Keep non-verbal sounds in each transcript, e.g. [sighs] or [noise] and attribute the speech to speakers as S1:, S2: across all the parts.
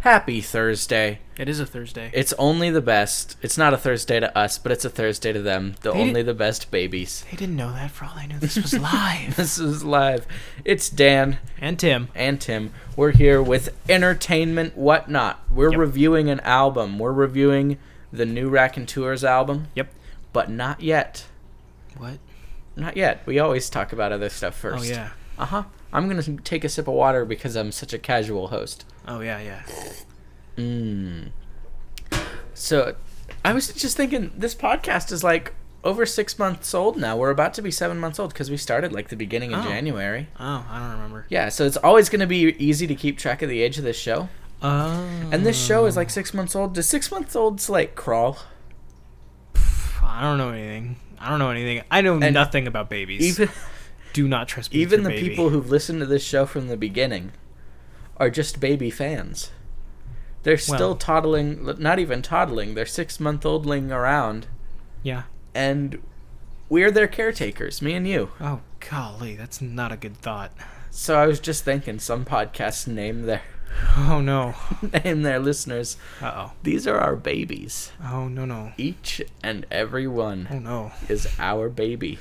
S1: Happy Thursday.
S2: It is a Thursday.
S1: It's only the best. It's not a Thursday to us, but it's a Thursday to them. The
S2: They
S1: only
S2: did-
S1: the best babies. [laughs]
S2: they didn't know that. For all I knew, this [laughs] was live.
S1: This is live. It's Dan
S2: and Tim.
S1: and Tim. We're here with Entertainment Whatnot. We're
S2: Yep.
S1: reviewing an album. We're reviewing the new Rack and Tours album,
S2: Yep.
S1: but not yet.
S2: What?
S1: Not yet. We always talk about other stuff first.
S2: Oh yeah.
S1: Uh huh. I'm going to take a sip of water because I'm such a casual host.
S2: Oh yeah, yeah.
S1: Mm. So, I was just thinking this podcast is like over six months old now. We're about to be seven months old because we started like the beginning of
S2: Oh.
S1: January.
S2: Oh, I don't remember.
S1: Yeah, so it's always going to be easy to keep track of the age of this show.
S2: Oh.
S1: And this show is like six months old. Does six months olds like crawl?
S2: I don't know anything. I don't know anything. I know
S1: And
S2: nothing about babies.
S1: Even
S2: Do not trust me. with
S1: even
S2: your
S1: the
S2: baby.
S1: people who've listened to this show from the beginning are just baby fans. They're still
S2: Well-
S1: toddling, not even toddling. They're six month oldling around,
S2: Yeah.
S1: and we're their caretakers, me and you.
S2: Oh golly, that's not a good thought.
S1: So I was just thinking, some podcasts name their [laughs]
S2: Oh no.
S1: name their listeners.
S2: Uh oh.
S1: These are our babies.
S2: Oh no no.
S1: Each and every one
S2: Oh no.
S1: is our baby.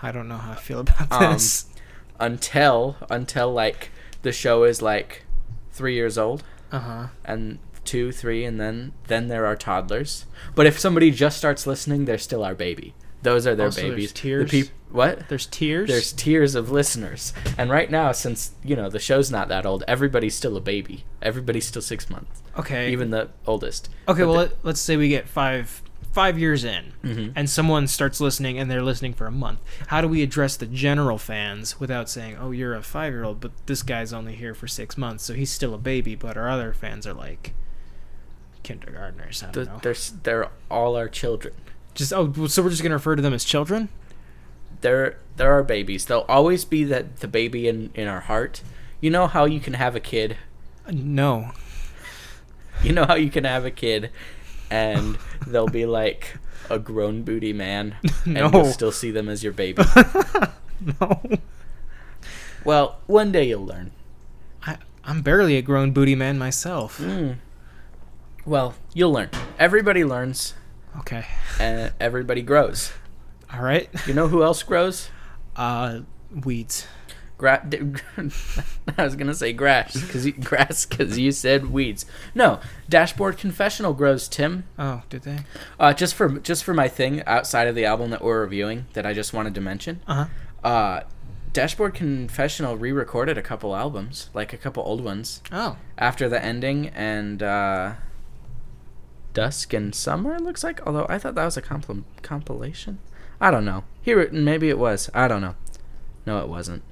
S2: I don't know how I feel about
S1: Um,
S2: this.
S1: Until until like the show is like three years old
S2: Uh huh.
S1: and two, three, and then then there are toddlers. But if somebody just starts listening, they're still our baby. Those are their
S2: Also, there's
S1: babies.
S2: tiers?
S1: The peop- what?
S2: There's tears.
S1: There's tiers of listeners, and right now, since you know the show's not that old, everybody's still a baby. Everybody's still six months.
S2: okay.
S1: even the oldest.
S2: Okay,
S1: But
S2: well, let, let's say we get five five years in,
S1: Mhm.
S2: and someone starts listening, and they're listening for a month. How do we address the general fans without saying, "Oh, you're a five year old, but this guy's only here for six months, so he's still a baby"? But our other fans are like kindergartners. I
S1: the,
S2: don't know.
S1: they're s- they're all our children.
S2: Just oh, well, so we're just gonna refer to them as children?
S1: They're they're our babies. They'll always be that the baby in in our heart. You know how you can have a kid. [laughs]
S2: Uh, No. [laughs]
S1: You know how you can have a kid, and
S2: [laughs]
S1: they'll be like a grown booty man, and
S2: No.
S1: you'll still see them as your
S2: [laughs]
S1: baby.
S2: No.
S1: well, one day you'll learn.
S2: I, I'm barely a grown booty man myself.
S1: Mm. Hmm. Well, you'll learn. Everybody learns,
S2: Okay.
S1: and everybody grows.
S2: All right.
S1: You know who else grows?
S2: Uh, weeds.
S1: Gra- [laughs] d- I was gonna say grass because you, grass 'cause you said weeds. No, dashboard confessional grows. Tim,
S2: Oh, did they?
S1: uh, just for just for my thing outside of the album that we're reviewing that I just wanted to mention.
S2: Uh huh.
S1: Uh, dashboard confessional re-recorded a couple albums, like a couple old ones,
S2: Oh.
S1: after the ending and uh, dusk and summer. It looks like, although I thought that was a compl- compilation. I don't know. Here, it- maybe it was. I don't know. No, it wasn't.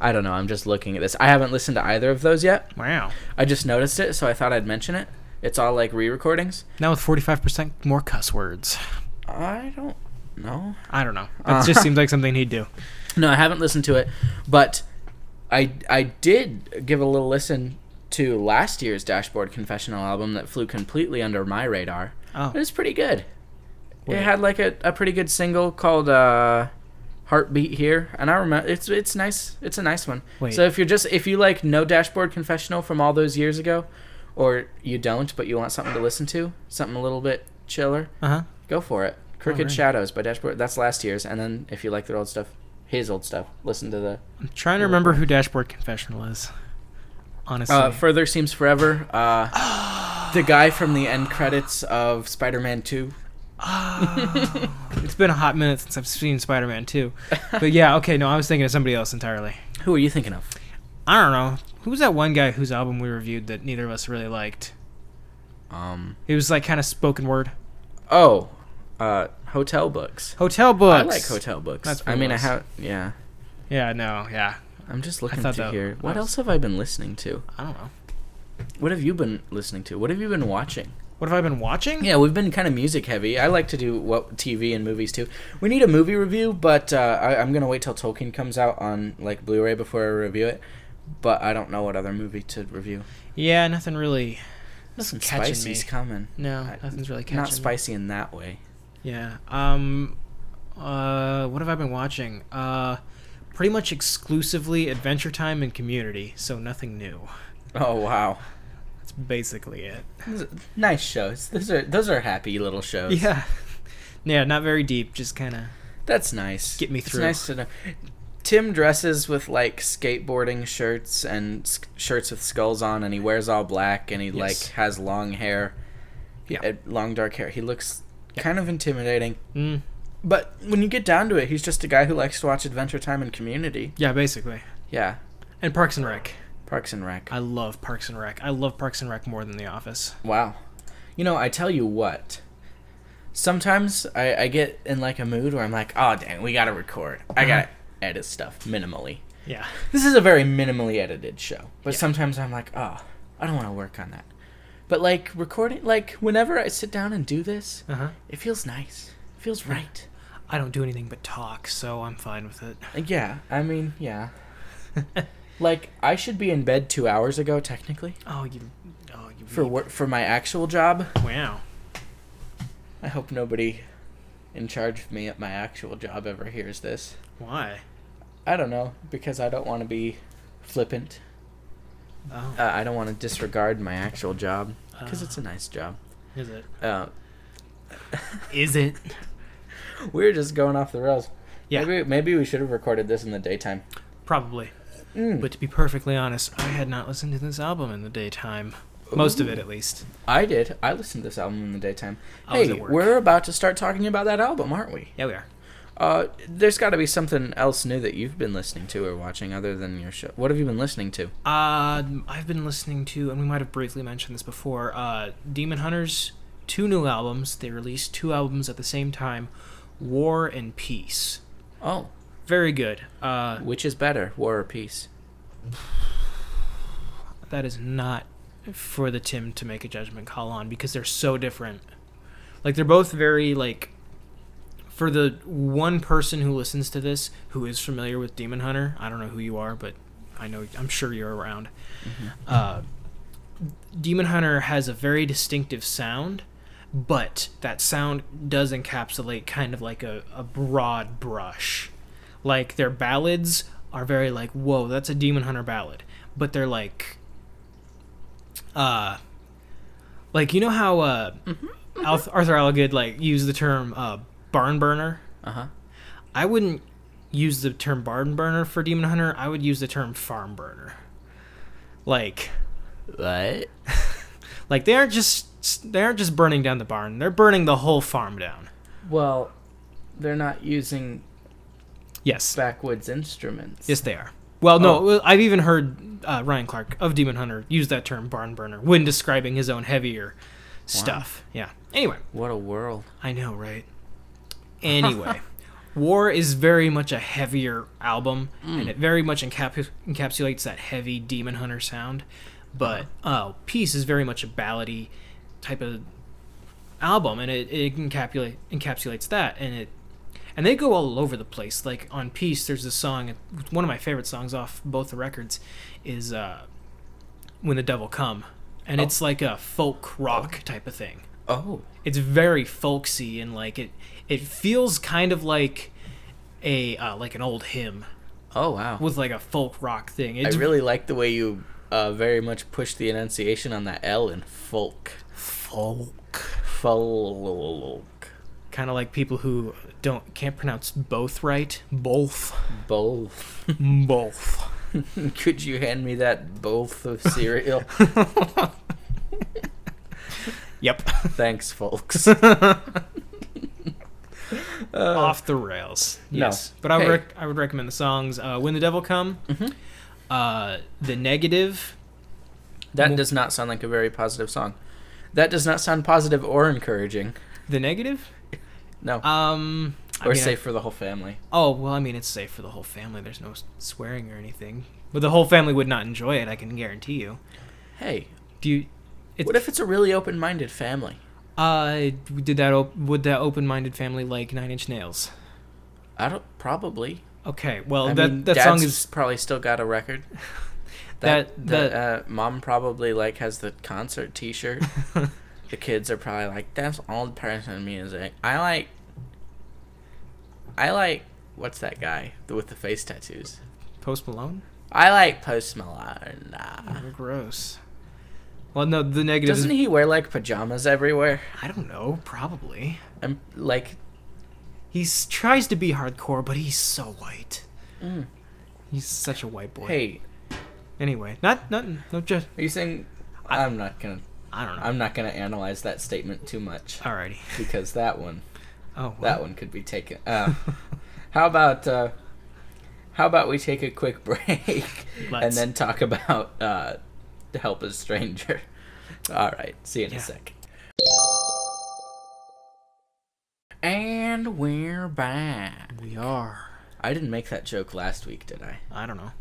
S1: I don't know. I'm just looking at this. I haven't listened to either of those yet.
S2: Wow.
S1: I just noticed it, so I thought I'd mention it. It's all like re-recordings.
S2: Now with 45% more cuss words.
S1: I don't know.
S2: I don't know.
S1: Uh.
S2: That just seems like something he'd do.
S1: No, I haven't listened to it, but I I did give a little listen to last year's Dashboard Confessional album that flew completely under my radar.
S2: Oh.
S1: It was pretty good.
S2: Wait.
S1: It had like a, a pretty good single called uh, "Heartbeat Here," and I remember it's it's nice. It's a nice one.
S2: Wait.
S1: So if you're just if you like no Dashboard Confessional from all those years ago, or you don't but you want something to listen to, something a little bit chiller,
S2: Uh huh.
S1: Go for it. Crooked
S2: Alright.
S1: Shadows by Dashboard. That's last year's. And then if you like their old stuff, his old stuff, listen to the.
S2: I'm trying to remember who Dashboard Confessional is. Honestly. [sighs]
S1: Uh, Further Seems Forever. Uh, the guy from the end credits of Spider Man 2.
S2: [sighs] it's been a hot minute since I've seen Spider Man 2. But yeah, okay, no, I was thinking of somebody else entirely.
S1: Who are you thinking of?
S2: I don't know. Who was that one guy whose album we reviewed that neither of us really liked?
S1: Um.
S2: It was like kind of spoken word.
S1: Oh. Uh, hotel books.
S2: Hotel books.
S1: I like hotel books.
S2: That's what
S1: I
S2: it
S1: mean, I
S2: was.
S1: have. Yeah.
S2: Yeah, no, yeah.
S1: I'm just looking
S2: thought
S1: through
S2: that
S1: here. What
S2: was-
S1: else have I been listening to?
S2: I don't know.
S1: What have you been listening to? What have you been watching?
S2: What have I been watching?
S1: Yeah, we've been kind of music heavy. I like to do what TV and movies too. We need a movie review, but uh, I, I'm gonna wait till Tolkien comes out on like Blu-ray before I review it. But I don't know what other movie to review.
S2: Yeah, nothing really.
S1: Nothing
S2: catching
S1: spicy's
S2: me.
S1: coming.
S2: No,
S1: I-
S2: nothing's really catching.
S1: Not
S2: me.
S1: spicy in that way.
S2: Yeah. Um uh what have I been watching? Uh pretty much exclusively Adventure Time and Community, so nothing new.
S1: Oh wow.
S2: That's basically it.
S1: These are Nice shows. Those are those are happy little shows.
S2: [laughs] Yeah. [laughs] Yeah, not very deep, just kind of
S1: That's nice.
S2: Get me
S1: It's
S2: through.
S1: nice to know. Tim dresses with like skateboarding shirts and sk- shirts with skulls on, and he wears all black, and he
S2: Yes.
S1: like has long hair,
S2: Yeah.
S1: eh, long dark hair. He looks kind of intimidating,
S2: mm,
S1: but when you get down to it, he's just a guy who likes to watch Adventure Time and Community.
S2: yeah, basically.
S1: Yeah,
S2: And Parks and Rec.
S1: Parks and Rec.
S2: I love Parks and Rec. I love Parks and Rec more than The Office.
S1: Wow. You know, I tell you what. Sometimes I, I get in like a mood where I'm like, oh dang, we gotta record. I gotta edit stuff minimally.
S2: Yeah.
S1: This is a very minimally edited show, but sometimes I'm like, oh, I don't want to work on that. But like recording, like whenever I sit down and do this,
S2: Uh huh.
S1: it feels nice. It feels right.
S2: I don't do anything but talk, so I'm fine with [laughs] it.
S1: Like, Yeah, I mean, yeah. like I should be in bed two hours ago technically
S2: Oh, you. Oh, you.
S1: for work for my actual job.
S2: Wow.
S1: I hope nobody in charge of me at my actual job ever hears this.
S2: Why?
S1: I don't know because I don't want to be flippant.
S2: Oh.
S1: Uh, I don't want to disregard my actual job because it's a nice job.
S2: Is it?
S1: Uh, [laughs]
S2: Is [laughs] it?
S1: We're just going off the rails.
S2: Yeah.
S1: Maybe, maybe we should have recorded this in the daytime.
S2: Probably.
S1: Mm.
S2: But to be perfectly honest, I had not listened to this album in the daytime. Most of it, at least.
S1: I did. I listened to this album in the daytime.
S2: I was
S1: Hey,
S2: at work.
S1: we're about to start talking about that album, aren't we?
S2: Yeah, we are.
S1: Uh, there's got to be something else new that you've been listening to or watching other than your show. What have you been listening to?
S2: Uh, I've been listening to, and we might have briefly mentioned this before, uh, Demon Hunters, two new albums. They released two albums at the same time War and Peace.
S1: Oh,
S2: Very good. Uh,
S1: which is better, War or Peace?
S2: that is not for the Tim to make a judgment call on because they're so different. Like they're both very like for the one person who listens to this who is familiar with Demon Hunter, I don't know who you are, but I know I'm sure you're around. Uh, Demon Hunter has a very distinctive sound, but that sound does encapsulate kind of like a, a broad brush. Like their ballads are very like, whoa, that's a Demon Hunter ballad. But they're like uh like you know how uh Alth- Arthur Algood like used the term uh barn burner?
S1: Uh huh.
S2: I wouldn't use the term barn burner for Demon Hunter, I would use the term farm burner. Like
S1: What?
S2: like they aren't just they aren't just burning down the barn. They're burning the whole farm down.
S1: Well, they're not using
S2: Yes.
S1: backwoods instruments.
S2: Yes, they are. Well, no, well, I've even heard uh, Ryan Clark of Demon Hunter use that term barn burner when describing his own heavier stuff. Yeah. Anyway,
S1: What a world.
S2: I know, right? Anyway, War is very much a heavier album, and it very much encap- encapsulates that heavy Demon Hunter sound. But uh, Peace is very much a ballady type of album, and it, it encapsulate, encapsulates that, and it and they go all over the place. Like on Peace, there's this song, one of my favorite songs off both the records, is uh, "When the Devil Come," and it's like a folk rock type of thing
S1: Oh.
S2: it's very folksy and like it it feels kind of like a uh, like an old hymn
S1: Oh, wow.
S2: with like a folk rock thing.
S1: I
S2: It's
S1: really like the way you uh, very much push the enunciation on that L in folk. Folk. Folk.
S2: kind of like people who don't can't pronounce both right. Both, [laughs]
S1: Both. [laughs]
S2: both.
S1: Could you hand me that both
S2: [laughs]
S1: of cereal?
S2: Yep,
S1: Thanks, folks.
S2: off the rails.
S1: No.
S2: Yes, but I would
S1: Hey. Mm-hmm.
S2: rec- I would recommend the songs uh, "When the Devil Come," uh, "The Negative."
S1: That does not sound like a very positive song. That does not sound positive or encouraging.
S2: The negative?
S1: No.
S2: Um, I
S1: or
S2: mean, I-
S1: safe for the whole family.
S2: Oh well, I mean it's safe for the whole family. There's no s- swearing or anything, but the whole family would not enjoy it. I can guarantee you.
S1: Hey,
S2: Do you? It's,
S1: what if it's a really open minded family?
S2: uh did that? Op- would that open-minded family like Nine Inch Nails?
S1: I don't. Probably.
S2: Okay, well
S1: I
S2: that
S1: mean,
S2: that
S1: Dad's
S2: song is
S1: probably still got a
S2: [laughs]
S1: record. That
S2: That-
S1: the uh, mom probably like has the concert
S2: [laughs]
S1: T-shirt. the kids are probably like, "That's old person music." I like. I like what's that guy with the face tattoos?
S2: Post Malone.
S1: I like Post Malone. Nah.
S2: Gross. Well, no, the negative.
S1: Doesn't he wear like pajamas everywhere?
S2: I don't know. Probably.
S1: I'm like,
S2: He s- tries to be hardcore, but he's so white.
S1: Mm.
S2: He's such a white boy.
S1: hey,
S2: Anyway, not not no just.
S1: are you saying?
S2: I-
S1: I'm not gonna.
S2: I don't know.
S1: I'm not gonna analyze that statement too much
S2: [laughs] Alrighty.
S1: because that one,
S2: Oh. Well.
S1: that one could be taken. Uh, how about? Uh, how about we take a quick [laughs] break and
S2: Let's.
S1: then talk about uh, to help a stranger? [laughs] All right, see you in
S2: Yeah.
S1: a sec. And we're back.
S2: We are.
S1: I didn't make that joke last week, did I?
S2: I don't know.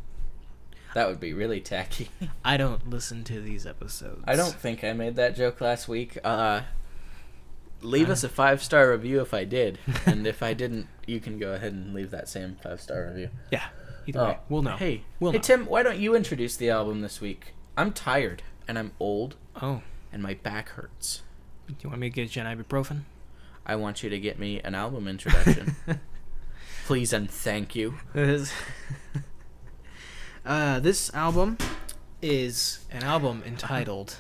S1: That would be really tacky. [laughs]
S2: I don't listen to these episodes.
S1: I don't think I made that joke last week. Uh, leave
S2: Uh.
S1: us a five star review if I did, and if I didn't, you can go ahead and leave that same five star review.
S2: Yeah. Either
S1: Oh,
S2: way, we'll know.
S1: Hey,
S2: we'll
S1: hey
S2: know.
S1: Tim, why don't you introduce the album this week? I'm tired and I'm old
S2: oh,
S1: and my back hurts.
S2: do you want me to get you an ibuprofen?
S1: I want you to get me an album
S2: [laughs]
S1: introduction, please and thank you.
S2: It is. uh, this album is an album entitled.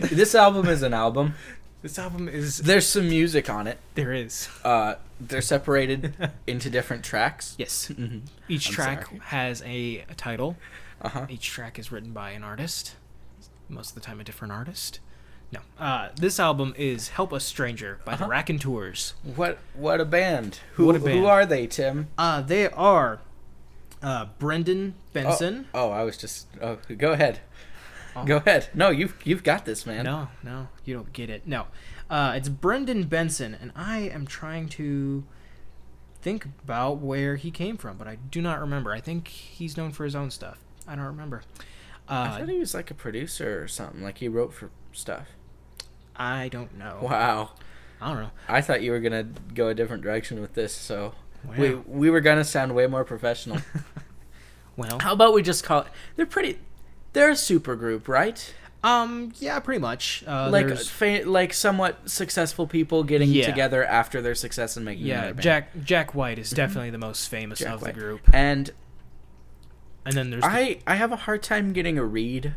S1: This album is an album.
S2: [laughs] This album is
S1: There's some music on it.
S2: there is
S1: Uh, they're
S2: [laughs]
S1: separated into different tracks.
S2: yes.
S1: Mm-hmm.
S2: Each
S1: I'm
S2: track
S1: sorry.
S2: has a, a title.
S1: Uh huh.
S2: Each track is written by an artist. Most of the time, a different artist. No. Uh, this album is "Help a Stranger" by the Raconteurs.
S1: What what a band! Who
S2: What a band.
S1: who are they, Tim?
S2: Uh, they are uh, Brendan
S1: Oh,
S2: Benson.
S1: oh, I was just. Oh, go ahead. Go ahead. No, you've you've got this, man.
S2: Oh. No, no, you don't get it. No, uh, it's Brendan Benson, and I am trying to think about where he came from, but I do not remember. I think he's known for his own stuff. I don't remember.
S1: I
S2: Uh,
S1: thought he was like a producer or something. Like he wrote for stuff.
S2: I don't know.
S1: Wow.
S2: I don't know.
S1: I thought you were gonna go a different direction with this, so we
S2: Wow.
S1: we were gonna sound way more
S2: [laughs]
S1: professional.
S2: Well,
S1: How about we just call it? They're pretty. They're a super group, right?
S2: um, yeah, pretty much. Uh,
S1: like
S2: there's-
S1: fa- like somewhat successful people getting
S2: Yeah.
S1: together after their success and making
S2: yeah,
S1: another band.
S2: Jack Jack White is definitely the most famous
S1: Mm-hmm. Jack
S2: of
S1: White.
S2: the group,
S1: And
S2: and then there's the-
S1: I I have a hard time getting a read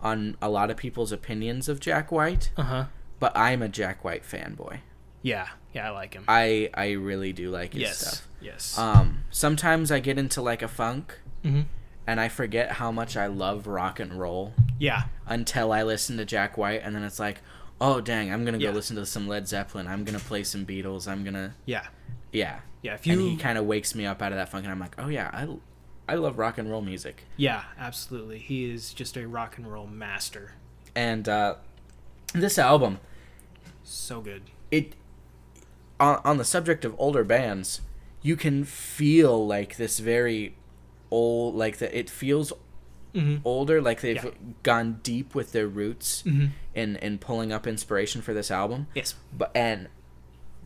S1: on a lot of people's opinions of Jack White,
S2: uh-huh.
S1: but I'm a Jack White fanboy.
S2: Yeah, yeah, I like him.
S1: I I really do like his
S2: yes,
S1: stuff.
S2: yes.
S1: Um, sometimes I get into like a funk
S2: hmm
S1: and I forget how much I love rock and roll
S2: Yeah,
S1: until I listen to Jack White and then it's like, "Oh dang, I'm going to
S2: Yeah.
S1: go listen to some Led Zeppelin. I'm going to play some Beatles. I'm going to
S2: yeah,
S1: yeah."
S2: yeah. If you
S1: And he kind of wakes me up out of that funk and I'm like, "Oh yeah, I I love rock and roll music."
S2: Yeah, absolutely. He is just a rock and roll master.
S1: And uh this album
S2: So good.
S1: it on, on the subject of older bands you can feel like this very old like that it feels
S2: Mm-hmm.
S1: older like they've
S2: Yeah.
S1: gone deep with their roots
S2: Mhm.
S1: in in pulling up inspiration for this album
S2: Yes.
S1: but and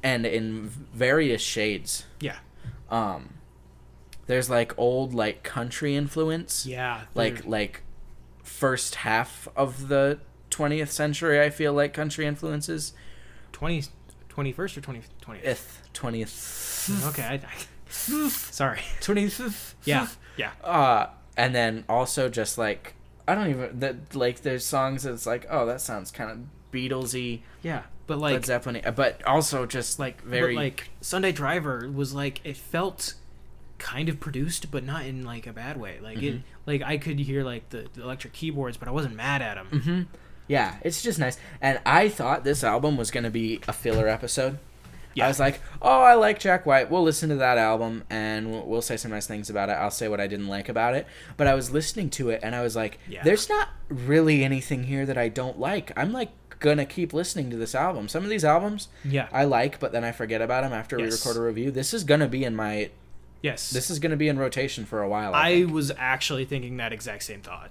S1: and in various shades
S2: Yeah.
S1: um there's like old like country influence
S2: Yeah. Mm.
S1: like
S2: they're-
S1: like first half of the 20th century i feel like country influences
S2: 20, 21st or 20, 20th?
S1: if 20th
S2: Okay. I, [laughs] I, sorry.
S1: 25th.
S2: Yeah. [laughs] Yeah.
S1: Uh, and then also just like I don't even that like there's songs that's like oh that sounds kind of Beatlesy,
S2: Yeah. But
S1: Led
S2: like,
S1: Zeppelin, uh, but also just like
S2: like,
S1: very
S2: very like Sunday Driver was like it felt kind of produced, but not in like a bad way. Like it, like I could hear like the, the electric keyboards, but I wasn't mad at him.
S1: yeah it's just nice. And I thought this album was gonna be a filler episode.
S2: Yeah.
S1: I was like, oh, I like Jack White. We'll listen to that album and we'll, we'll say some nice things about it. I'll say what I didn't like about it. But I was listening to it and I was like,
S2: Yeah.
S1: there's not really anything here that I don't like. I'm like gonna keep listening to this album. Some of these albums,
S2: Yeah.
S1: I like, but then I forget about them after we
S2: Yes.
S1: record a review. This is gonna be in my.
S2: yes.
S1: This is gonna be in rotation for a while.
S2: I was actually thinking that exact same thought.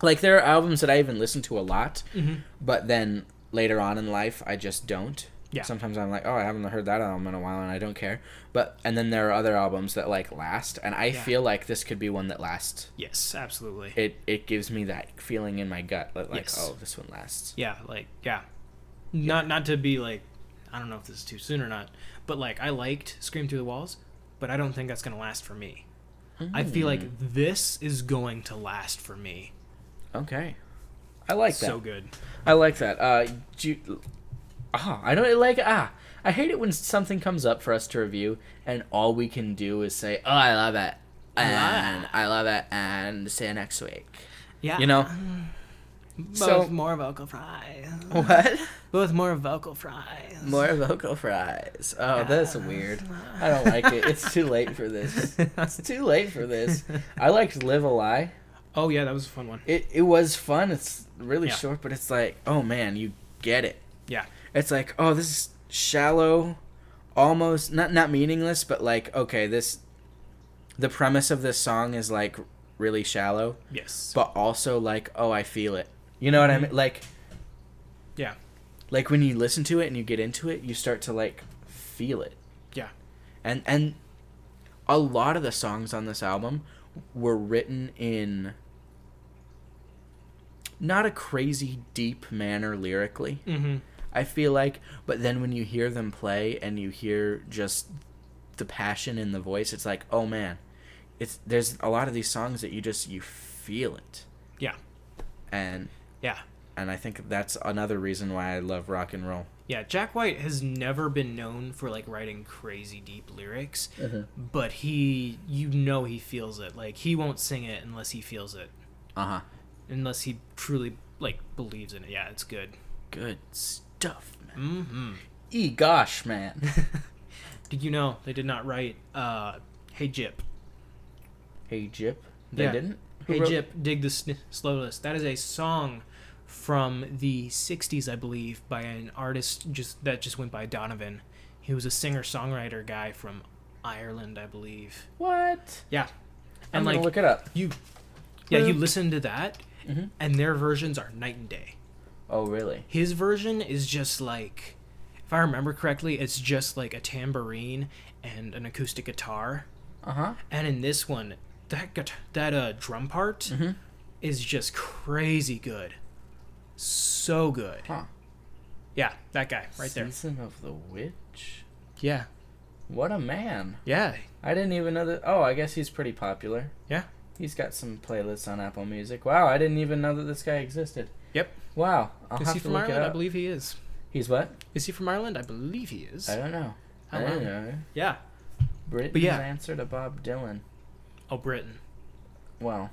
S1: like there are albums that I even listen to a lot,
S2: Mm-hmm.
S1: but then later on in life I just don't.
S2: Yeah.
S1: Sometimes I'm like, oh, I haven't heard that album in a while, and I don't care. But and then there are other albums that like last, and I
S2: Yeah.
S1: feel like this could be one that lasts.
S2: Yes, absolutely.
S1: It it gives me that feeling in my gut that like,
S2: Yes.
S1: oh, this one lasts.
S2: yeah like yeah. not not to be like i don't know if this is too soon or not but like i liked scream through the walls but i don't think that's gonna last for me
S1: Hmm.
S2: i feel like this is going to last for me
S1: Okay. I like that.
S2: so good.
S1: I like that. Uh, do you, ah, I don't like ah. I hate it when something comes up for us to review and all we can do is say, "Oh, I love it," and I love it, and see you next week.
S2: Yeah.
S1: You know
S2: both
S1: so-
S2: more vocal fries.
S1: what?
S2: Both more vocal fries.
S1: More vocal fries.
S2: Ah.
S1: Oh, that's weird. I don't like it. It's too late for this. It's too late for this. I liked "Live a Lie."
S2: [laughs] Oh yeah, that was a fun one.
S1: It it was fun. It's really
S2: Yeah.
S1: short, but it's like, oh man, you get it.
S2: Yeah.
S1: it's like oh this is shallow almost not not meaningless but like okay this the premise of this song is like really shallow
S2: Yes.
S1: but also like oh i feel it you know what i mean like
S2: Mm-hmm. yeah.
S1: like when you listen to it and you get into it you start to like feel it
S2: Yeah.
S1: and and a lot of the songs on this album were written in not a crazy deep manner lyrically
S2: Mm-hmm.
S1: I feel like. But then when you hear them play and you hear just the passion in the voice, it's like, oh man, it's there's a lot of these songs that you just you feel it,
S2: Yeah.
S1: and
S2: Yeah.
S1: and I think that's another reason why I love rock and roll.
S2: Yeah, Jack White has never been known for like writing crazy deep lyrics, but he you know he feels it. Like he won't sing it unless he feels it,
S1: Uh huh.
S2: unless he truly like believes in it. Yeah, it's good.
S1: Good stuff, man. [laughs]
S2: Mhm.
S1: E gosh, man. [laughs]
S2: Did you know they did not write uh Hey Jip?
S1: hey Jip, they
S2: Yeah.
S1: didn't. Who
S2: Hey
S1: wrote-
S2: Jip, dig the sn- slow list. That is a song from the '60s, I believe, by an artist just that just went by Donovan. He was a singer-songwriter guy from Ireland, I believe.
S1: What?
S2: Yeah,
S1: I'm
S2: and
S1: gonna
S2: like
S1: look it up.
S2: you, yeah, you
S1: Click.
S2: listen to that,
S1: Mhm.
S2: and their versions are night and day.
S1: Oh really?
S2: His version is just like, if I remember correctly, it's just like a tambourine and an acoustic guitar.
S1: Uh huh.
S2: And in this one, that gut- that uh, drum part
S1: Mhm.
S2: is just crazy good, so good.
S1: Huh.
S2: Yeah, that guy right there.
S1: Season of the Witch.
S2: Yeah,
S1: What a man.
S2: yeah,
S1: I didn't even know that. Oh, I guess he's pretty popular.
S2: Yeah.
S1: He's got some playlists on Apple Music. Wow, I didn't even know that this guy existed.
S2: yep.
S1: Wow, I'll
S2: Is
S1: have
S2: he
S1: to
S2: from
S1: look it
S2: Ireland? I
S1: up.
S2: believe he is.
S1: He's what?
S2: Is he from Ireland? I believe he is.
S1: I don't know.
S2: Oh,
S1: I don't
S2: wow.
S1: know.
S2: Yeah.
S1: Britain's
S2: yeah.
S1: answer to Bob Dylan.
S2: Oh, Britain.
S1: Well,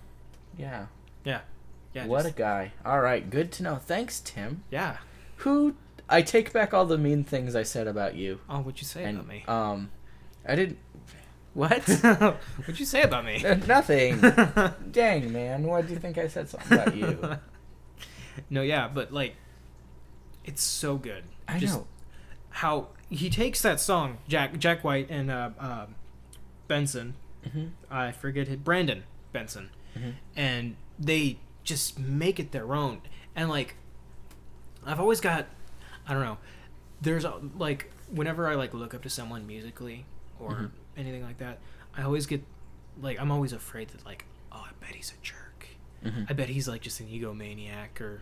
S1: yeah.
S2: Yeah.
S1: what
S2: just-
S1: a guy. All right, good to know. Thanks, Tim.
S2: yeah.
S1: Who? I take back all the mean things I said about you.
S2: Oh, what'd you say about me?
S1: um, I didn't. What?
S2: [laughs] what'd you say about me?
S1: [laughs] Nothing.
S2: [laughs]
S1: Dang, man. Why do you think I said something about you?
S2: no, yeah, but like, it's so good.
S1: I
S2: Just
S1: know.
S2: How he takes that song, Jack Jack White and uh, uh, Benson.
S1: Mhm.
S2: I forget his Brandon Benson,
S1: Mhm.
S2: and they just make it their own. And like, I've always got, I don't know. There's uh, like whenever I like look up to someone musically or
S1: Mhm.
S2: anything like that, I always get like I'm always afraid that like oh I bet he's a jerk.
S1: Mhm.
S2: I bet he's like just an egomaniac or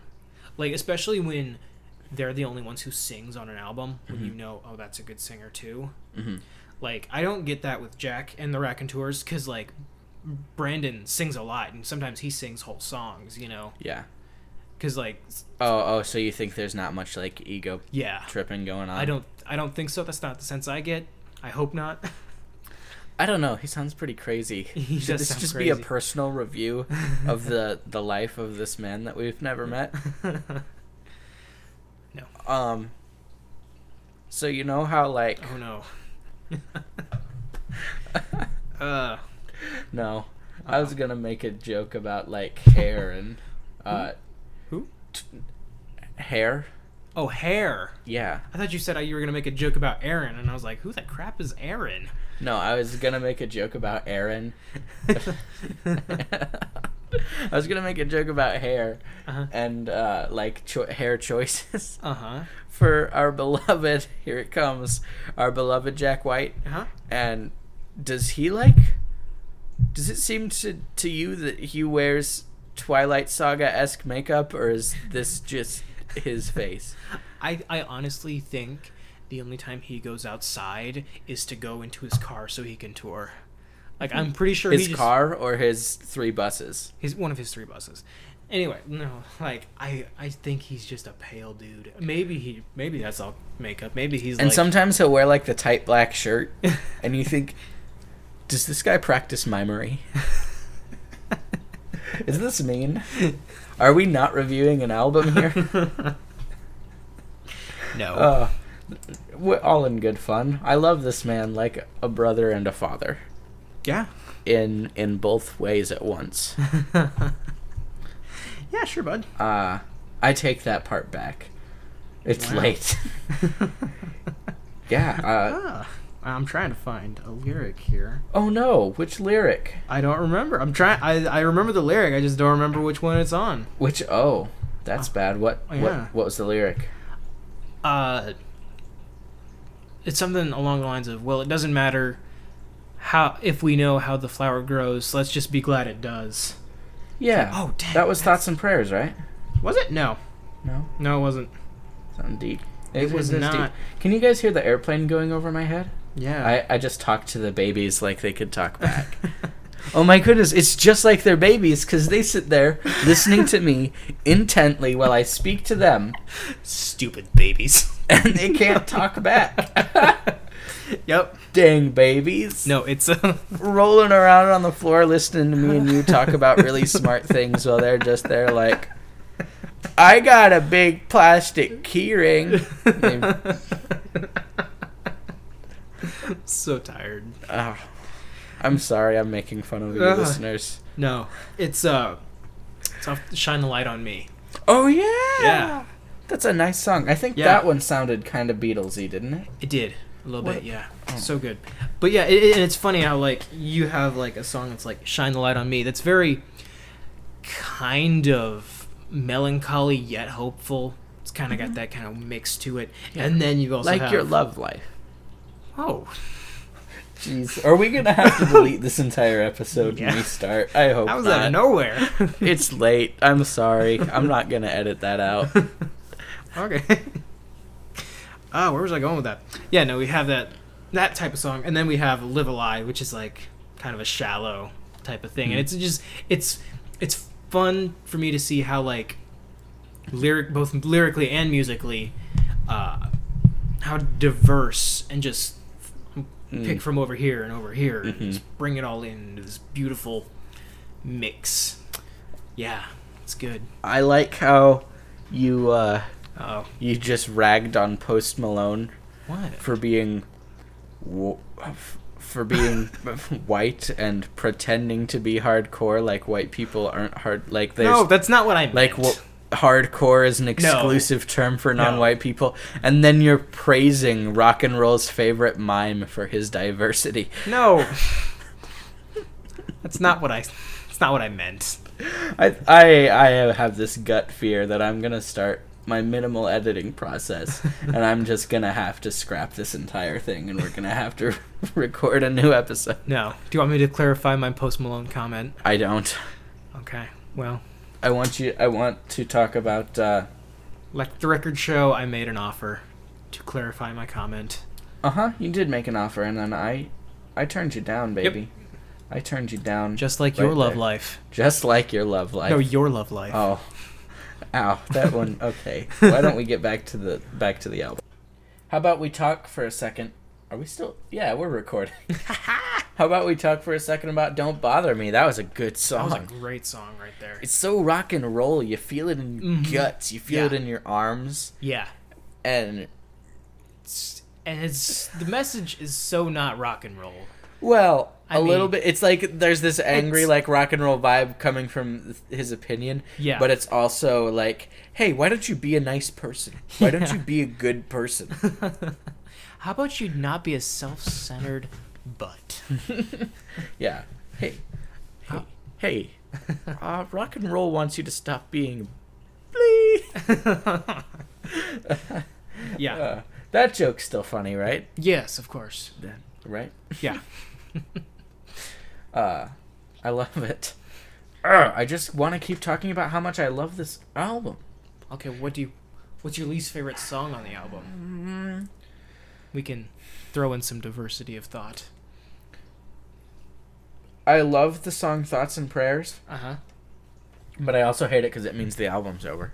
S2: like especially when they're the only ones who sings on an album when you know oh that's a good singer too.
S1: Mhm.
S2: Like I don't get that with Jack and the Raconteurs because like Brandon sings a lot and sometimes he sings whole songs, you know,
S1: Yeah.
S2: because like s-
S1: Oh, oh, so you think there's not much like ego
S2: yeah,
S1: tripping going on?
S2: I don't I don't think so. That's not the sense I get. I hope not.
S1: I don't know. He sounds pretty crazy.
S2: [laughs] He
S1: Should
S2: does
S1: this
S2: sound
S1: just be a
S2: crazy.
S1: personal
S2: [laughs]
S1: review of the the life of this man that we've never met?
S2: [laughs] oh
S1: Um. So you know how
S2: [laughs]
S1: like [laughs]
S2: no. uh,
S1: no, I
S2: Uh-huh.
S1: was gonna make a joke about
S2: [laughs]
S1: like hair and uh,
S2: Who?
S1: t- hair?
S2: oh hair.
S1: Yeah.
S2: I thought you said uh, you were gonna make a joke about Aaron, and I was like, who the crap is Aaron?
S1: No, I was gonna make a joke about Aaron.
S2: [laughs]
S1: I was gonna make a joke about hair
S2: Uh-huh.
S1: and uh, like cho- hair choices. [laughs]
S2: uh huh.
S1: for our beloved here it comes our beloved jack white
S2: Huh?
S1: and does he like does it seem to to you that he wears twilight saga-esque makeup or is this just his face
S2: I I honestly think the only time he goes outside is to go into his car so he can tour. Like I'm pretty sure he
S1: his
S2: just-
S1: car or his three buses
S2: His one of his three buses. Anyway, no, like I, I think he's just a pale dude. Maybe he, maybe that's all makeup. Maybe he's
S1: And
S2: like, [laughs]
S1: sometimes he'll wear like the tight black shirt, and you think, does this guy practice mimery? Is this mean?
S2: [laughs]
S1: Are we not reviewing an album here?
S2: no,
S1: Uh, we're all in good fun. I love this man like a brother and a father
S2: yeah, [laughs]
S1: in in both ways at once.
S2: yeah, sure, [laughs] bud.
S1: Uh, I take that part back. It's
S2: Wow.
S1: late. [laughs] yeah. Uh,
S2: ah, I'm trying to find a lyric here.
S1: oh no, which lyric?
S2: I don't remember. I'm trying. I I remember the lyric. I just don't remember which one it's on.
S1: Which oh, that's bad. What
S2: Ah. Oh, yeah.
S1: what what was the lyric?
S2: uh, it's something along the lines of, well, it doesn't matter how if we know how the flower grows, let's just be glad it does.
S1: Yeah.
S2: Oh, dang,
S1: That was
S2: that's-
S1: thoughts and prayers, right?
S2: Was it? No,
S1: No,
S2: no, it wasn't.
S1: something deep.
S2: It was
S1: this
S2: not.
S1: Can you guys hear the airplane going over my head?
S2: Yeah.
S1: I, I just talked to the babies like they could
S2: [laughs]
S1: talk back. oh my goodness, it's just like they're babies because they sit there listening to me intently while I speak to them, [laughs]
S2: Stupid babies. [laughs]
S1: and they can't talk back.
S2: yep.
S1: Dang babies!
S2: No, it's uh,
S1: rolling around on the floor listening to me and you talk about
S2: [laughs]
S1: really smart things while they're just there like I got a big plastic
S2: [laughs]
S1: keyring.
S2: so tired.
S1: Ugh. Ah, I'm sorry, I'm making fun of you
S2: Ugh.
S1: listeners.
S2: No, it's uh, it's off. Shine the light on me.
S1: Oh yeah,
S2: Yeah.
S1: That's a nice song. I think
S2: Yeah.
S1: that one sounded kind of Beatlesy, didn't it?
S2: It did a little
S1: What- Oh.
S2: bit, yeah. So good, but yeah, it, it, and it's funny how like you have like a song that's like "Shine the Light on Me" that's very kind of melancholy yet hopeful. It's kind of got that kind of mix to it, and then you also
S1: Mm-hmm. Like
S2: have,
S1: your love life.
S2: Oh,
S1: Jeez, are we gonna have to delete this entire episode
S2: Yeah.
S1: and restart? I hope
S2: that was
S1: not.
S2: out of nowhere.
S1: [laughs] It's late. I'm sorry. I'm not gonna edit that
S2: [laughs]
S1: out.
S2: okay. [laughs] Ah, where was I going with that? Yeah, no, we have that that type of song, and then we have "Live a Lie," which is like kind of a shallow type of thing, and it's just it's it's fun for me to see how like lyric both lyrically and musically, uh, how diverse and just pick from over here and over here and just bring it all into this beautiful mix. Yeah, it's good.
S1: I like how you uh,
S2: Oh,
S1: you just ragged on Post Malone
S2: what?
S1: for being wo- f- for being [laughs] white and pretending to be hardcore like white people aren't hard like there's
S2: No, that's not what I meant.
S1: like wo- hardcore is an exclusive term for non-white people and then you're praising rock and roll's favorite mime for his diversity.
S2: No. That's not what I. That's not what I meant.
S1: I I I have this gut fear that I'm going to start my minimal editing [laughs] process and I'm just going to have to scrap this entire thing and we're going to have to [laughs] record a new episode.
S2: No. Do you want me to clarify my Post Malone comment?
S1: I don't.
S2: Okay. Well,
S1: I want you. I want to talk about. Uh
S2: like the record show, I made an offer to clarify my comment.
S1: huh. uh-huh, You did make an offer, and then I, I turned you down, baby. I turned you down. Just,
S2: Just like
S1: Right
S2: your love
S1: there.
S2: life.
S1: like your love life.
S2: No, your love life.
S1: oh. Ow. That [laughs] one. Okay. Why don't we get back to the back to the album? How about we talk for a second? Are we still? Yeah, we're [laughs] recording. How about we talk for a second about "Don't Bother Me"? That was a good
S2: that
S1: song.
S2: was a great song right there.
S1: it's so rock and roll. You feel it in your guts. You feel
S2: Yeah.
S1: it in your arms,
S2: Yeah.
S1: and
S2: It's, and it's the message is so not rock and roll. [laughs]
S1: Well, a
S2: I
S1: little
S2: mean-
S1: bit. It's like there's this angry,
S2: It's-
S1: like rock and roll vibe coming from th- his opinion.
S2: Yeah.
S1: But it's also like, hey, why don't you be a nice person? Why don't you be a good person?
S2: How about you not be a self-centered butt? [laughs]
S1: Yeah. Hey. Hey. Hey. Uh, rock and roll wants you to stop being. Bleep.
S2: Yeah.
S1: [laughs] [laughs] Uh, that joke's still funny, right?
S2: yes, of course.
S1: Yeah, Right.
S2: Yeah.
S1: Uh, I love it. Ugh, I just want to keep talking about how much I love this album.
S2: [laughs] Okay, what do you what's your least favorite song on the album? We can throw in some diversity of thought.
S1: I love the song "Thoughts and Prayers."
S2: Uh-huh.
S1: But I also hate it because it means the album's over.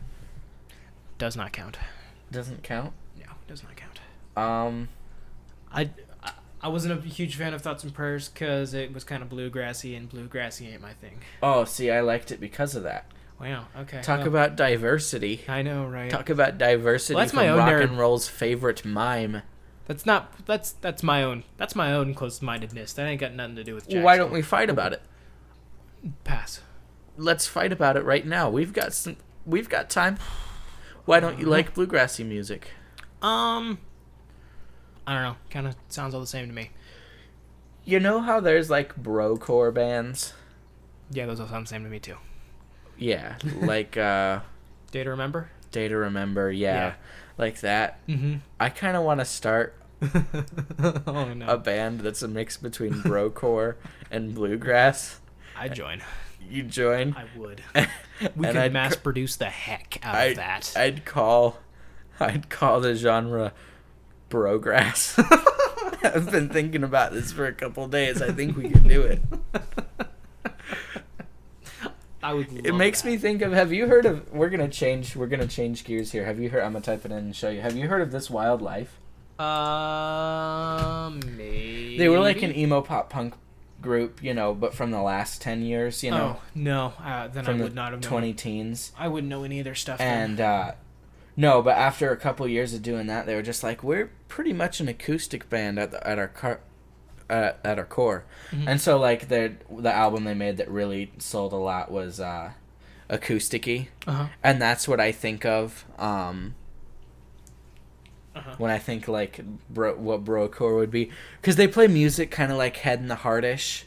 S2: Does not count.
S1: Doesn't count.
S2: No, does not count.
S1: Um,
S2: I, I- I wasn't a huge fan of Thoughts and Prayers because it was kind of bluegrassy, and bluegrassy ain't my thing.
S1: oh, see, I liked it because of that.
S2: Wow. Okay.
S1: Talk
S2: well,
S1: about diversity.
S2: I know, right?
S1: Talk about diversity.
S2: Well, that's
S1: from
S2: my own
S1: rock
S2: nerd-
S1: and roll's favorite mime.
S2: That's not. That's that's my own. That's my own close-mindedness. That ain't got nothing to do with. Jackson.
S1: Why don't we fight about it?
S2: pass?
S1: Let's fight about it right now. We've got some. We've got time. Why don't you like bluegrassy music?
S2: Um. I don't know. Kind of sounds all the same to me.
S1: You know how there's like brocore bands.
S2: Yeah, those all sound the same to me too.
S1: Yeah, like uh,
S2: Day to remember.
S1: Day to Remember. Yeah,
S2: Yeah.
S1: like that.
S2: Mm-hmm.
S1: I kind of want to start
S2: [laughs] oh no.
S1: a band that's a mix between brocore and bluegrass.
S2: I'd join.
S1: You join.
S2: I would.
S1: [laughs] and
S2: We could
S1: I'd
S2: mass produce the heck out
S1: I, [laughs]
S2: of that.
S1: I'd call, I'd call the genre, brograss. [laughs] I've been thinking about this for a couple days. I think we can do it.
S2: I would. Love
S1: It makes
S2: that.
S1: me think of. Have you heard of? We're gonna change. We're gonna change gears here. Have you heard? I'm gonna type it in and show you. Have you heard of this wildlife?
S2: Um, maybe. Oh,
S1: They were like an emo pop punk group, you know, but from the last ten years, you know,
S2: Oh no! Uh, then I
S1: E from
S2: would
S1: the
S2: not have known.
S1: twenty teens.
S2: I wouldn't know any of their stuff. then.
S1: And uh, no, but after a couple years of doing that, they were just like, we're pretty much an acoustic band at the, at our car. Uh, at our core,
S2: Mhm.
S1: and so like the the album they made that really sold a lot was uh, acousticy,
S2: uh-huh.
S1: and that's what I think of um,
S2: Uh-huh.
S1: when I think like bro, what brocore would be, because they play music kind of like head in the heartish,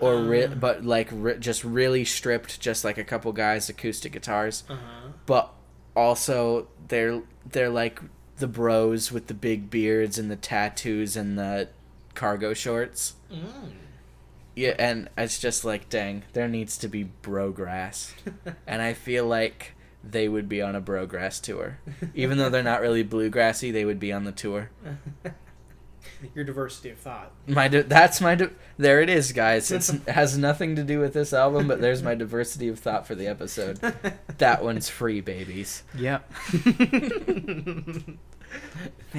S1: or re-
S2: Ah.
S1: but like re- just really stripped, just like a couple guys acoustic guitars,
S2: Uh-huh.
S1: but also they're they're like the bros with the big beards and the tattoos and the cargo shorts.
S2: Mm.
S1: Yeah, and it's just like, dang, there needs to be brograss, and I feel like they would be on a brograss tour, even though they're not really bluegrassy. They would be on the tour.
S2: [laughs] Your diversity of
S1: [laughs]
S2: thought.
S1: My di- that's my di- there it is, guys. It's, it has nothing to do with this album, but there's my diversity of thought for the episode. That one's free, babies.
S2: Yep.
S1: Man,
S2: [laughs]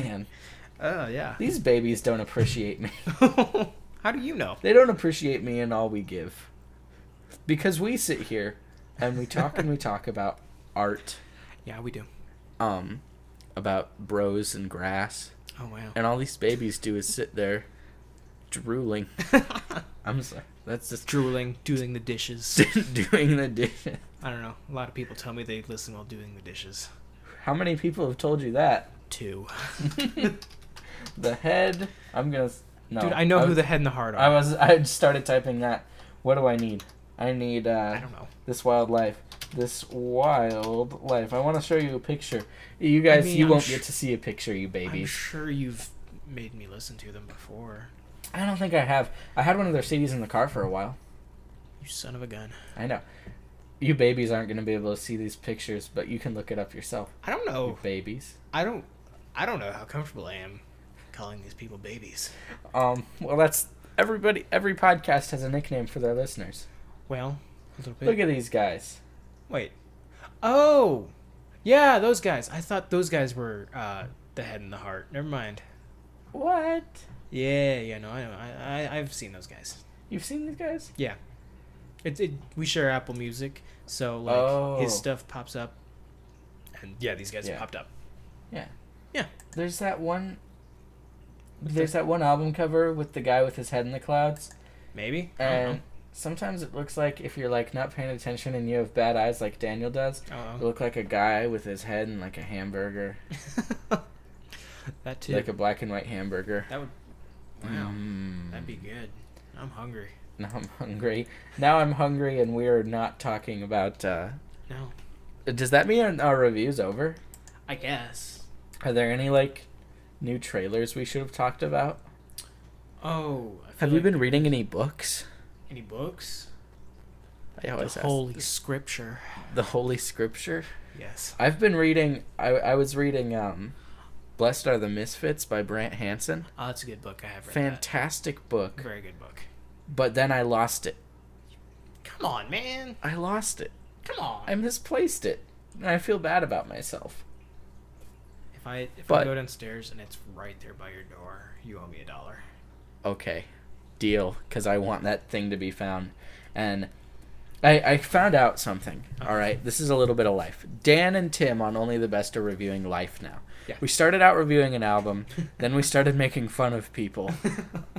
S2: Oh yeah.
S1: these babies don't appreciate me.
S2: [laughs] How do you know?
S1: They don't appreciate me and all we give. Because we sit here and we talk
S2: [laughs]
S1: and we talk about art,
S2: Yeah, we do.
S1: um, about bros and grass,
S2: Oh [laughs] wow.
S1: and all these babies do is sit there drooling. I'm sorry. That's just [laughs]
S2: Drooling, doing the dishes.
S1: doing the dishes.
S2: I don't know. A lot of people tell me they listen while doing the dishes.
S1: How many people have told you that? [laughs]
S2: Two.
S1: The head. I'm gonna. s- No.
S2: Dude, I know
S1: I,
S2: who the head and the heart
S1: I
S2: are.
S1: was. I just started typing that. What do I need? I need.
S2: I
S1: uh
S2: don't know.
S1: this wild life this wild life i want to show you a picture you guys
S2: mean,
S1: you
S2: I'm
S1: won't
S2: sh-
S1: get to see a picture you
S2: I'm
S1: babies
S2: sure you've made me listen to them before.
S1: i don't think i have i had one of their cds in the car for a while
S2: You son of a gun.
S1: i know you babies aren't going to be able to see these pictures but you can look it up yourself
S2: I don't
S1: you
S2: know.
S1: babies
S2: I don't. I don't know how comfortable I am calling these people babies.
S1: um well that's everybody every podcast has a nickname for their listeners
S2: Well, a little bit.
S1: look at these guys
S2: Wait. Oh, yeah, those guys. I thought those guys were uh, the head and the heart. Never mind.
S1: what
S2: Yeah, yeah, no, I know. I, I I've seen those guys.
S1: you've seen these guys
S2: It, it we share Apple Music, so like
S1: Oh.
S2: his stuff pops up. And yeah, these guys
S1: Yeah.
S2: popped up.
S1: there's that one there's that one album cover with the guy with his head in the clouds
S2: Maybe. I don't know.
S1: And sometimes it looks like if you're like not paying attention and you have bad eyes like Daniel does,
S2: I
S1: it look like a guy with his head in like a hamburger,
S2: don't know. [laughs] that too.
S1: like a black and white hamburger.
S2: that would. Wow,
S1: Mm.
S2: that'd be good. I'm hungry.
S1: Now I'm hungry. Now I'm hungry, and we are not talking about. Uh...
S2: No,
S1: Does that mean our, our review's over?
S2: I guess.
S1: Are there any like new trailers we should have talked about?
S2: Oh, I feel
S1: Have you
S2: like-
S1: been reading any books?
S2: any books?
S1: I
S2: The
S1: always
S2: Holy Scripture.
S1: ask the Holy Scripture.
S2: Yes.
S1: I've been reading. I I was reading. Um, Blessed are the Misfits by Brant Hansen.
S2: Oh, that's a good book. I have read that.
S1: fantastic book
S2: Very good book.
S1: but then i lost it
S2: Come on, man.
S1: i lost it
S2: Come on.
S1: I misplaced it. And I feel bad about myself.
S2: if I if I
S1: but-
S2: go downstairs and it's right there by your door, you owe me a dollar.
S1: okay, deal, because I want that thing to be found. And I, I found out something. All right, this is a little bit of life. Dan and Tim on Only the Best are reviewing life now.
S2: Yeah.
S1: We started out reviewing an album, then we started making fun of people,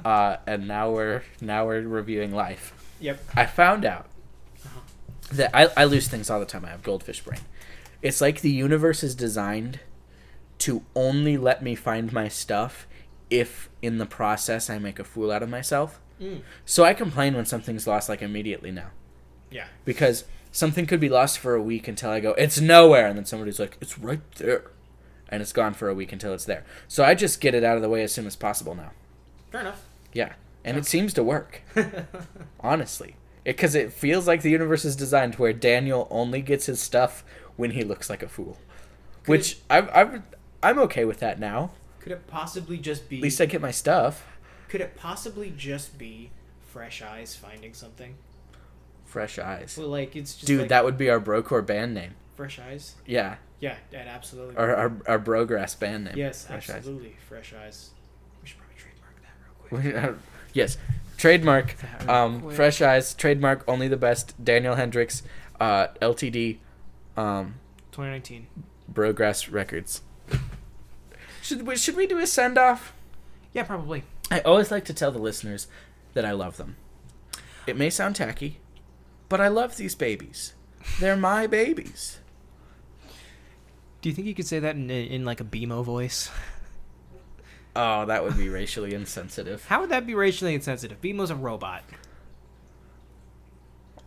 S1: uh, and now we're now we're reviewing life.
S2: [laughs] Yep.
S1: I found out that I, I lose things all the time. I have goldfish brain. It's like the universe is designed to only let me find my stuff if in the process I make a fool out of myself.
S2: Mm.
S1: So I complain when something's lost like immediately now
S2: Yeah.
S1: because something could be lost for a week until I go, it's nowhere, and then somebody's like, it's right there, and it's gone for a week until it's there. So I just get it out of the way as soon as possible now.
S2: Fair [laughs] enough.
S1: Yeah, and it seems to work honestly. Because it, feels like the universe is designed where Daniel only gets his stuff when he looks like a fool. Which I'm, I'm, I'm okay with that now.
S2: Could it possibly just be
S1: At least I get my stuff.
S2: Could it possibly just be fresh eyes finding something?
S1: Fresh Eyes.
S2: Well, like it's just
S1: Dude,
S2: like,
S1: that would be our Brocore band name.
S2: fresh eyes.
S1: Yeah,
S2: Yeah, that absolutely.
S1: our, our, our Brograss band name.
S2: yes,
S1: Fresh Eyes.
S2: absolutely. Fresh eyes. We should probably trademark that
S1: We-
S2: real quick.
S1: uh, [laughs] yes, trademark.
S2: That
S1: Um,
S2: quick.
S1: Fresh Eyes, trademark, only the best. Daniel Hendricks, uh, LTD, um,
S2: 2019.
S1: Brograss Records. Should we, should we do a send off?
S2: Yeah, probably.
S1: I always like to tell the listeners that I love them. It may sound tacky, but I love these babies. They're my babies.
S2: Do you think you could say that in, in like a BMO voice?
S1: Oh, that would be racially insensitive.
S2: How would that be racially insensitive? BMO's a robot.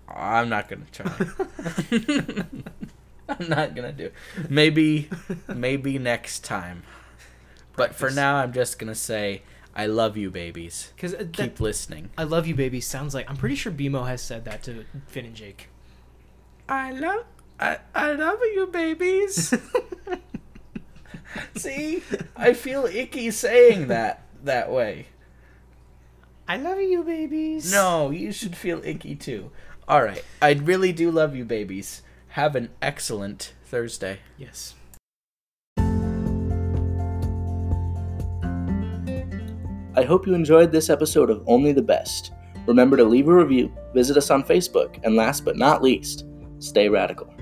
S1: I'm not gonna try. [laughs] I'm not gonna do. It. Maybe, maybe next time. But for
S2: Practice.
S1: now, I'm just gonna say I love you, babies.
S2: Because
S1: Keep listening.
S2: uh, I love you, baby. Sounds like I'm pretty sure BMO has said that to Finn
S1: [laughs]
S2: and Jake.
S1: I love, I, I love you, babies. See, [laughs] I feel icky saying that that way.
S2: I love you, babies.
S1: No, you should feel icky too. All right. I really do love you, babies. Have an excellent Thursday.
S2: Yes.
S1: I hope you enjoyed this episode of Only the Best. Remember to leave a review, visit us on Facebook, and last but not least, stay radical.